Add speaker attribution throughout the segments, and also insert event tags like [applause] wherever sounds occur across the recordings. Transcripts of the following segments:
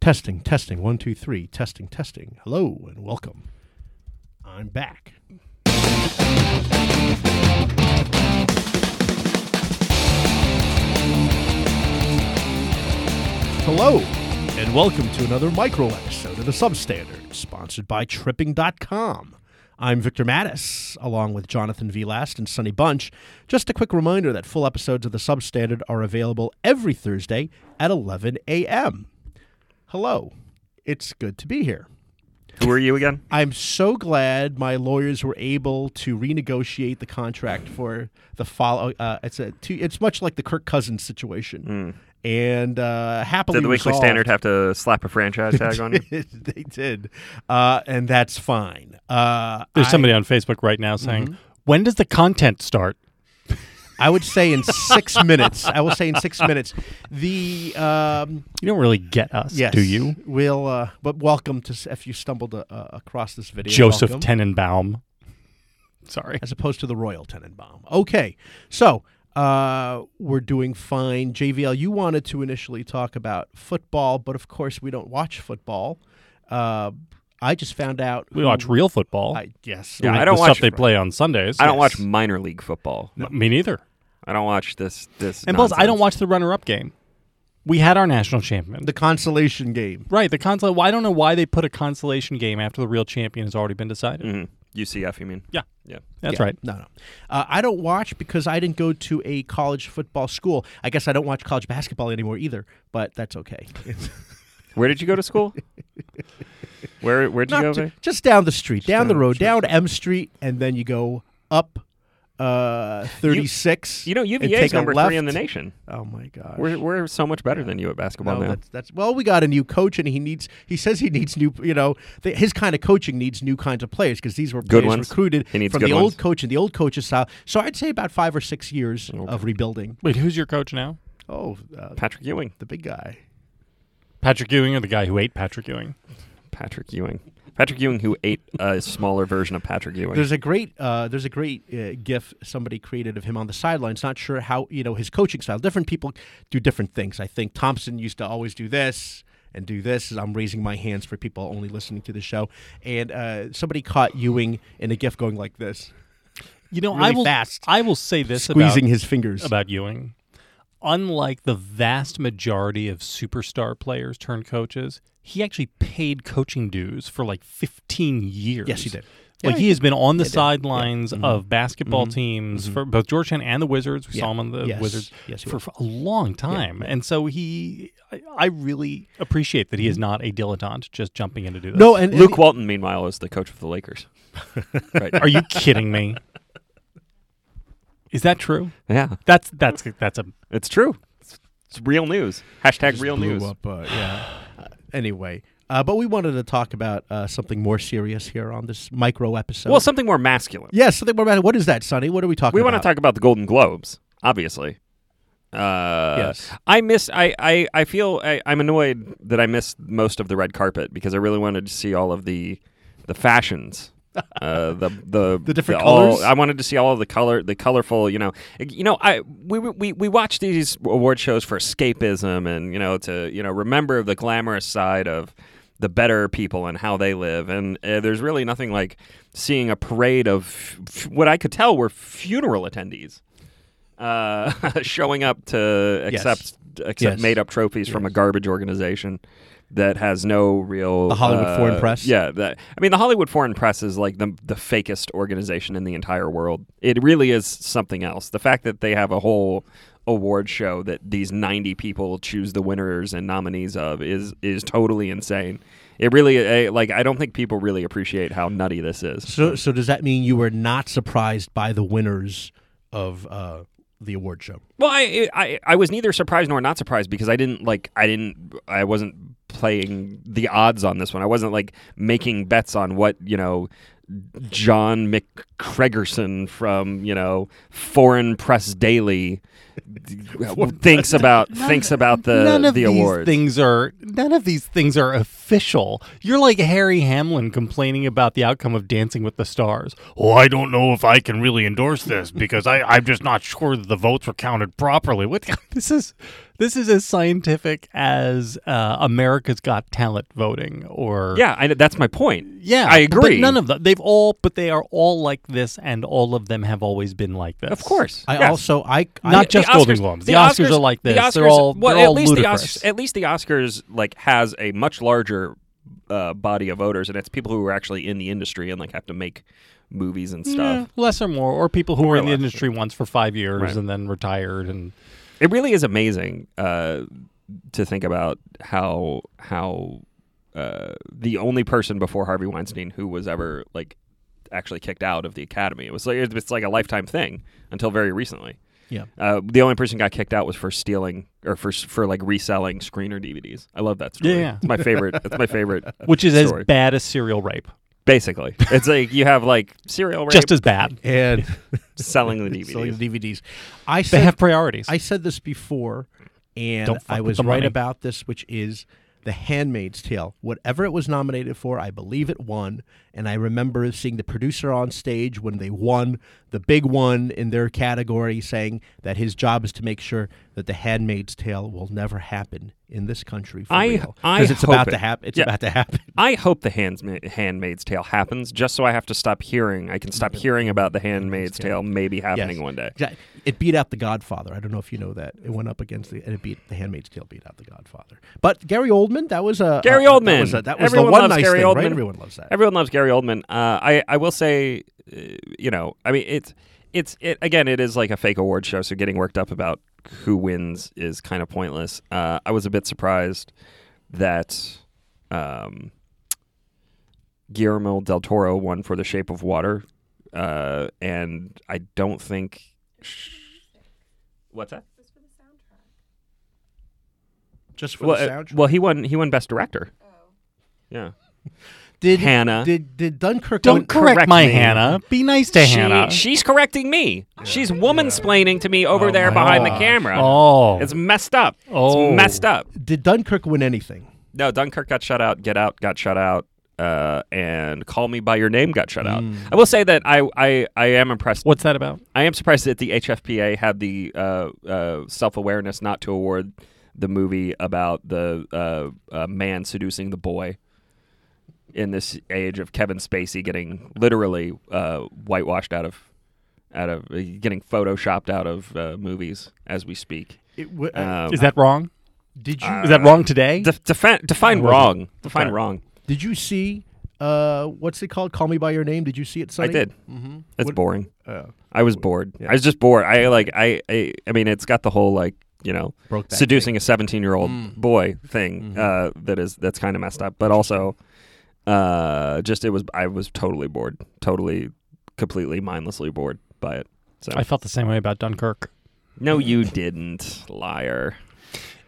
Speaker 1: Testing, testing, one, two, three, testing, testing. Hello and welcome. I'm back. Hello and welcome to another micro episode of The Substandard, sponsored by Tripping.com. I'm Victor Mattis, along with Jonathan V. Last and Sonny Bunch. Just a quick reminder that full episodes of The Substandard are available every Thursday at 11 a.m. Hello. It's good to be here.
Speaker 2: Who are you again?
Speaker 1: I'm so glad my lawyers were able to renegotiate the contract for the follow. Uh, it's a two, it's much like the Kirk Cousins situation, and uh, happily
Speaker 2: Hmm. Did the Weekly
Speaker 1: resolved. [laughs]
Speaker 2: Standard have to slap a franchise tag on you?
Speaker 1: they did, uh, and that's fine. Uh,
Speaker 3: There's
Speaker 1: I,
Speaker 3: somebody on Facebook right now saying, "When does the content start?"
Speaker 1: I would say in six [laughs] minutes. I will say in six minutes. The um,
Speaker 3: You don't really get us,
Speaker 1: yes,
Speaker 3: do you?
Speaker 1: We'll uh, but welcome to s- if you stumbled uh, uh, across this video.
Speaker 3: Joseph
Speaker 1: welcome.
Speaker 3: Tenenbaum. Sorry.
Speaker 1: as opposed to the Royal Tenenbaum. Okay, so uh, we're doing fine. JVL, you wanted to initially talk about football, but of course we don't watch football. Uh, I just found out
Speaker 3: We
Speaker 1: who-
Speaker 3: watch real football.
Speaker 1: I, yes,
Speaker 2: Yeah,
Speaker 3: Like
Speaker 2: I don't
Speaker 3: the
Speaker 2: watch-
Speaker 3: stuff they play on Sundays.
Speaker 2: I don't
Speaker 3: Yes.
Speaker 2: watch minor league football.
Speaker 3: M- Me neither.
Speaker 2: I don't watch this. This
Speaker 3: And plus, I don't
Speaker 2: nonsense.
Speaker 3: watch the runner-up game. We had our national champion.
Speaker 1: the consolation game.
Speaker 3: right, the consolation. Well, I don't know why they put a consolation game after the real champion has already been decided.
Speaker 2: Mhm. UCF. You mean?
Speaker 3: Mm. Yeah,
Speaker 2: Yeah.
Speaker 3: that's
Speaker 1: Yeah,
Speaker 3: right.
Speaker 1: No, no. Uh, I don't watch because I didn't go to a college football school. I guess I don't watch college basketball anymore either, but that's okay. [laughs]
Speaker 2: Where did you go to school? Where Where'd you
Speaker 1: Not
Speaker 2: go?
Speaker 1: ju-
Speaker 2: Vic?
Speaker 1: just down the street, down
Speaker 2: down
Speaker 1: the
Speaker 2: the
Speaker 1: road,
Speaker 2: street.
Speaker 1: down M Street, and then you go up uh, 36.
Speaker 2: You know,
Speaker 1: and
Speaker 2: UVA
Speaker 1: take
Speaker 2: is
Speaker 1: a
Speaker 2: number
Speaker 1: left.
Speaker 2: three in the nation.
Speaker 1: Oh my gosh.
Speaker 2: We're We're so much better than you at
Speaker 1: no,
Speaker 2: basketball now.
Speaker 1: that's, that's well. We got a new coach, and he needs. He says he needs new. You know, th- his kind of coaching needs new kinds of players because these were
Speaker 2: Good
Speaker 1: players
Speaker 2: ones.
Speaker 1: recruited
Speaker 2: He needs
Speaker 1: from
Speaker 2: good
Speaker 1: the
Speaker 2: ones.
Speaker 1: old coach and the old coach's style. So I'd say about five or six years of rebuilding.
Speaker 3: Wait, who's your coach now?
Speaker 1: Oh, uh,
Speaker 2: Patrick Ewing.
Speaker 1: the big guy.
Speaker 3: Patrick Ewing or the guy who ate Patrick Ewing?
Speaker 2: Patrick Ewing. Patrick Ewing, who ate a smaller version of Patrick Ewing.
Speaker 1: There's a great uh, there's a great uh, gif somebody created of him on the sidelines. Not sure how you know his coaching style. Different people do different things. I think Thompson used to always do this and do this. I'm raising my hands for people only listening to the show. And uh, somebody caught Ewing in a gif going like this,
Speaker 3: You know, I
Speaker 1: Really
Speaker 3: will.
Speaker 1: fast.
Speaker 3: I will say this about
Speaker 1: squeezing his fingers.
Speaker 3: about Ewing. Unlike the vast majority of superstar players turned coaches, he actually paid coaching dues for like 15 years.
Speaker 1: Yes, he did.
Speaker 3: Like
Speaker 1: Yeah,
Speaker 3: he has been on the sidelines of basketball teams for both Georgetown and the Wizards. We
Speaker 1: Mm-hmm. Yeah.
Speaker 3: saw him on the
Speaker 1: Yes.
Speaker 3: Wizards
Speaker 1: Yes, he
Speaker 3: for, for a long time, and so he, I, I really appreciate that he is not a dilettante just jumping in to do this.
Speaker 1: Mm-hmm. no, and and
Speaker 2: Luke Walton, meanwhile, is the coach of
Speaker 1: [laughs]
Speaker 2: the Lakers. right. now.
Speaker 3: are you kidding me? Is that true?
Speaker 2: Yeah,
Speaker 3: That's that's that's a
Speaker 2: it's true. It's, it's real news. Hashtag
Speaker 1: just
Speaker 2: real
Speaker 1: blew
Speaker 2: news.
Speaker 1: up, uh, yeah. Uh, anyway, uh, but we wanted to talk about uh, something more serious here on this micro episode.
Speaker 2: Well, something more masculine.
Speaker 1: yes, something more about what is that, Sonny? What are we talking
Speaker 2: we
Speaker 1: about?
Speaker 2: want to talk about the Golden Globes, obviously. Uh,
Speaker 1: Yes.
Speaker 2: I missed. I I, I feel I, I'm annoyed that I missed most of the red carpet because I really wanted to see all of the the fashions. Uh, the the
Speaker 1: The different
Speaker 2: all-
Speaker 1: colors?
Speaker 2: I wanted to see all of the color, the colorful. You know, you know. I we we we watch these award shows for escapism and you know to you know remember the glamorous side of the better people and how they live. And uh, there's really nothing like seeing a parade of f- what I could tell were funeral attendees uh, [laughs] showing up to
Speaker 1: Yes.
Speaker 2: accept accept
Speaker 1: Yes.
Speaker 2: made up trophies from a garbage organization that has no real
Speaker 1: The Hollywood
Speaker 2: uh,
Speaker 1: Foreign Press?
Speaker 2: Yeah, that, I mean the Hollywood Foreign Press is like the the fakest organization in the entire world. It really is something else. The fact that they have a whole award show that these 90 people choose the winners and nominees of is is totally insane. It really uh, like I don't think people really appreciate how nutty this is.
Speaker 1: So, so does that mean you were not surprised by the winners of uh, the award show?
Speaker 2: Well, I, I I was neither surprised nor not surprised because I didn't like I didn't I wasn't playing the odds on this one. I wasn't like making bets on what you know
Speaker 1: [laughs]
Speaker 2: John McCregerson from you know Foreign Press Daily thinks about thinks about the
Speaker 3: none of
Speaker 2: the
Speaker 3: these
Speaker 2: awards.
Speaker 3: things are none of these things are official. You're like Harry Hamlin complaining about the outcome of Dancing with the Stars. Oh, I don't know if I can really endorse this because I, I'm just not sure that the votes were counted properly. What [laughs] this is this is as scientific as uh, America's Got Talent voting or
Speaker 2: yeah, I, that's my point.
Speaker 3: yeah.
Speaker 2: I agree.
Speaker 3: But none of them. They've all but they are all like this, and all of them have always been like this.
Speaker 2: Of course,
Speaker 1: I
Speaker 2: Yes.
Speaker 1: also I, I
Speaker 3: Not just Golden
Speaker 2: Oscars-
Speaker 3: Globes. The Oscars are like this. They're all-
Speaker 2: well,
Speaker 3: they're
Speaker 2: at
Speaker 3: all
Speaker 2: least
Speaker 3: ludicrous.
Speaker 2: the Oscars. At least the Oscars like has a much larger uh, body of voters, and it's people who are actually in the industry and like have to make movies and stuff.
Speaker 3: Yeah, less or Uh, more, or people who were in the
Speaker 2: less.
Speaker 3: industry once for five years
Speaker 2: Right.
Speaker 3: and then retired and
Speaker 2: It really is amazing uh, to think about how how uh, the only person before Harvey Weinstein who was ever like actually kicked out of the Academy. It was like it's like a lifetime thing until very recently.
Speaker 1: Yeah.
Speaker 2: Uh, the only person who got kicked out was for stealing or for s- for like reselling screener DVDs. I love that story.
Speaker 3: Yeah.
Speaker 2: It's my favorite. It's my
Speaker 3: [laughs]
Speaker 2: favorite.
Speaker 3: which is
Speaker 2: Story.
Speaker 3: as bad as serial rape,
Speaker 2: Basically, it's like you have like serial rape
Speaker 3: just as bad.
Speaker 1: [laughs]
Speaker 3: [laughs]
Speaker 1: and
Speaker 2: selling the DVDs.
Speaker 1: selling the DVDs. I
Speaker 3: They
Speaker 1: said
Speaker 3: have priorities.
Speaker 1: I said this before, and
Speaker 3: Don't fuck
Speaker 1: I
Speaker 3: with
Speaker 1: was
Speaker 3: the
Speaker 1: right
Speaker 3: money.
Speaker 1: about this, which is The Handmaid's Tale. Whatever it was nominated for, I believe it won. And I remember seeing the producer on stage when they won the big one in their category saying that his job is to make sure that The Handmaid's Tale will never happen in this country for
Speaker 2: I-
Speaker 1: real.
Speaker 2: I
Speaker 1: it's
Speaker 2: hope
Speaker 1: about
Speaker 2: it-
Speaker 1: to happen. It's
Speaker 2: Yeah.
Speaker 1: about to happen.
Speaker 2: I hope the Handma- Handmaid's Tale happens, just so I have to stop hearing. I can [laughs] stop hearing about the Handmaid's Tale maybe happening
Speaker 1: Yes.
Speaker 2: one day.
Speaker 1: Exact- It beat out The Godfather. I don't know if you know that. It went up against the and it beat The Handmaid's Tale beat out The Godfather. But Gary Oldman, that was a
Speaker 2: Gary
Speaker 1: a-
Speaker 2: Oldman.
Speaker 1: That was, a, that was the
Speaker 2: Everyone
Speaker 1: one
Speaker 2: loves
Speaker 1: nice
Speaker 2: Gary
Speaker 1: thing, right?
Speaker 2: Oldman.
Speaker 1: Everyone loves that.
Speaker 2: Everyone loves Gary Oldman. Uh, I I will say, uh, you know, I mean, it's it's it again. It is like a fake award show, so getting worked up about who wins is kind of pointless. Uh, I was a bit surprised that um, Guillermo del Toro won for The Shape of Water, uh, and I don't think. What's that?
Speaker 1: Just for
Speaker 2: Well,
Speaker 1: the
Speaker 2: uh,
Speaker 1: soundtrack.
Speaker 2: well, he won. He won Best Director. Yeah.
Speaker 1: did
Speaker 2: Hannah.
Speaker 1: Did did Dunkirk?
Speaker 3: Don't
Speaker 1: win,
Speaker 3: correct,
Speaker 2: correct
Speaker 3: my
Speaker 2: me.
Speaker 3: Hannah. Be nice to
Speaker 2: She-
Speaker 3: Hannah.
Speaker 2: she's correcting me. She's woman splaining to me over
Speaker 1: Oh
Speaker 2: there
Speaker 1: my
Speaker 2: behind
Speaker 1: gosh.
Speaker 2: the camera.
Speaker 3: oh,
Speaker 2: It's messed up.
Speaker 3: Oh.
Speaker 2: It's messed up.
Speaker 1: did Dunkirk win anything?
Speaker 2: No, Dunkirk got shut out. Get Out got shut out. Uh, and Call Me by Your Name got shut out.
Speaker 1: Mm.
Speaker 2: I will say that I, I, I am impressed.
Speaker 3: what's that about?
Speaker 2: I am surprised that the HFPA had the uh, uh, self awareness not to award the movie about the uh, uh, man seducing the boy in this age of Kevin Spacey getting literally uh, whitewashed out of out of uh, getting photoshopped out of uh, movies as we speak.
Speaker 1: It w-
Speaker 2: Um,
Speaker 3: Uh,
Speaker 2: uh,
Speaker 3: Is that wrong?
Speaker 1: did you
Speaker 3: Is that wrong today?
Speaker 2: de- defi- define
Speaker 3: wasn't.
Speaker 2: wrong? Define
Speaker 3: Okay.
Speaker 2: wrong.
Speaker 1: did you see? Uh, what's it called? Call me by your name. Did you see it? Sonny?
Speaker 2: I did.
Speaker 1: Mm-hmm.
Speaker 2: It's boring.
Speaker 1: Uh,
Speaker 2: I was bored. I was just bored. I like I, I I mean it's got the whole like, you know,
Speaker 1: broke that
Speaker 2: seducing a 17 year old
Speaker 3: Mm.
Speaker 2: boy thing
Speaker 3: Mm-hmm.
Speaker 1: Mhm.
Speaker 2: uh, that is that's kind of messed up but also uh, just it was i was totally bored totally completely mindlessly bored by it so
Speaker 3: I felt the same way about Dunkirk.
Speaker 2: no
Speaker 3: Mm.
Speaker 2: you didn't liar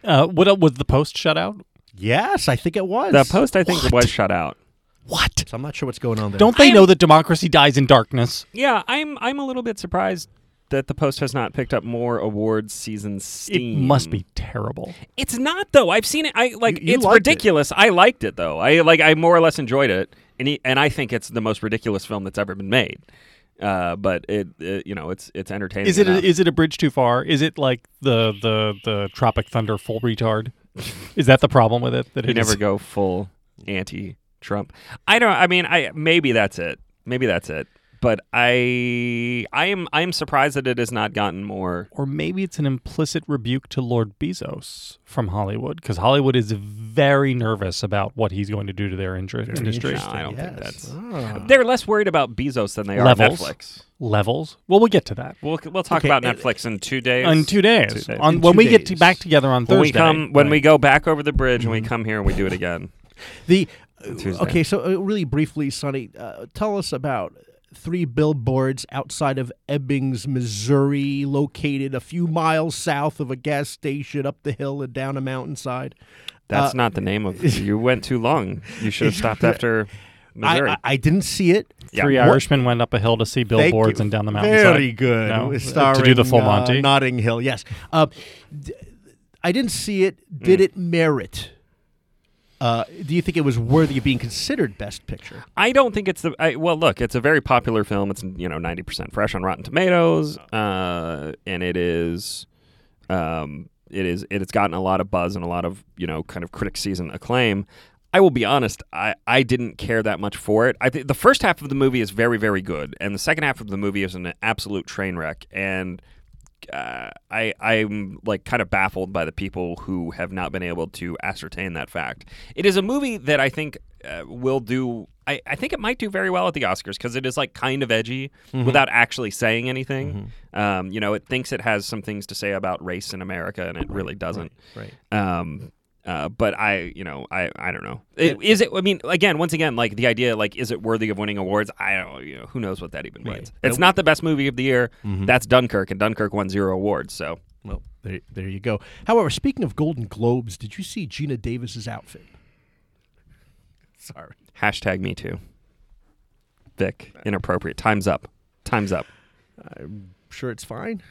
Speaker 3: Uh, what el- was the post shutout?
Speaker 1: Yes, I think it was.
Speaker 2: the post i think was shut out
Speaker 3: What?
Speaker 1: So I'm not sure what's going on there.
Speaker 3: Don't they
Speaker 2: I'm-
Speaker 3: know that democracy dies in darkness?
Speaker 2: yeah i'm i'm a little bit surprised that the post has not picked up more awards season steam
Speaker 3: It must be terrible.
Speaker 2: It's not though. I've seen it. I like.
Speaker 1: You- you
Speaker 2: it's
Speaker 1: liked it.
Speaker 2: ridiculous. I liked it though. I like. I more or less enjoyed it, and he, and I think it's the most ridiculous film that's ever been made. Uh, but it, it, you know, it's it's entertaining.
Speaker 3: Is it a,
Speaker 2: enough.
Speaker 3: is it a bridge too far? Is it like the the the Tropic Thunder full retard? Is that the problem with it? That
Speaker 2: you
Speaker 3: it is-
Speaker 2: never go full anti-Trump. I don't. I mean, I maybe that's it. Maybe that's it. But I I am I am surprised that it has not gotten more.
Speaker 3: or maybe it's an implicit rebuke to Lord Bezos from Hollywood because Hollywood is very nervous about what he's going to do to their inter-
Speaker 1: Mm-hmm.
Speaker 3: industry
Speaker 2: interesting. I don't think that's-
Speaker 1: Ah.
Speaker 2: They're less worried about Bezos than they
Speaker 3: Levels.
Speaker 2: are Netflix.
Speaker 3: levels. Well, we'll get to that
Speaker 2: We'll we'll talk
Speaker 1: Okay,
Speaker 2: about
Speaker 1: it-
Speaker 2: Netflix in two days.
Speaker 3: in two days.
Speaker 2: Two days.
Speaker 3: On
Speaker 1: In
Speaker 3: when
Speaker 1: two
Speaker 3: we get to
Speaker 1: days.
Speaker 3: back together
Speaker 2: when
Speaker 3: on Thursday,
Speaker 2: we come when
Speaker 3: Right.
Speaker 2: we go back over the bridge and we come here and we do it again.
Speaker 1: The
Speaker 2: Tuesday.
Speaker 1: okay, so uh, really briefly, Sonny, uh, tell us about three billboards outside of Ebbings, Missouri, located a few miles south of a gas station, up the hill and down a mountainside.
Speaker 2: That's
Speaker 1: Uh, [laughs]
Speaker 2: not the name of you went too long. You should have stopped after Missouri.
Speaker 1: I, I, I didn't see it.
Speaker 2: Yeah.
Speaker 3: Three
Speaker 1: What-
Speaker 3: Irishmen went up a hill to see
Speaker 1: Thank
Speaker 3: billboards
Speaker 1: you.
Speaker 3: and down the mountainside.
Speaker 1: Very good.
Speaker 3: No,
Speaker 1: It's
Speaker 3: to do the full
Speaker 1: starring, uh,
Speaker 3: Monty.
Speaker 1: Notting Hill, yes. Uh, d- I didn't see it.
Speaker 3: Mm.
Speaker 1: Did it merit? Uh, do you think it was worthy of being considered Best Picture?
Speaker 2: I don't think it's the I, well. Look, it's a very popular film. It's you know ninety percent fresh on Rotten Tomatoes, uh, and it is, um, it is it has gotten a lot of buzz and a lot of you know kind of critic season acclaim. I will be honest. I, I didn't care that much for it. I think the first half of the movie is very very good, and the second half of the movie is an absolute train wreck. And uh, I I'm like kind of baffled by the people who have not been able to ascertain that fact. It is a movie that I think uh, will do. I, I think it might do very well at the Oscars because it is like kind of edgy
Speaker 1: Mm-hmm.
Speaker 2: without actually saying anything. Um, you know, it thinks it has some things to say about race in America, and it really doesn't.
Speaker 1: Right.
Speaker 2: Um, uh, but I, you know, I, I don't know. It, is it? I mean, again, once again, like the idea, like, is it worthy of winning awards? I don't, you know, who knows what that even means. It's not the best movie of the year.
Speaker 1: Mm-hmm.
Speaker 2: That's Dunkirk, and Dunkirk won zero awards. So
Speaker 1: Well, there, there you go. However, speaking of Golden Globes, did you see Gina Davis's outfit? Sorry.
Speaker 2: hashtag me too. Vic, inappropriate. Time's up. Time's up.
Speaker 1: Sure, it's fine.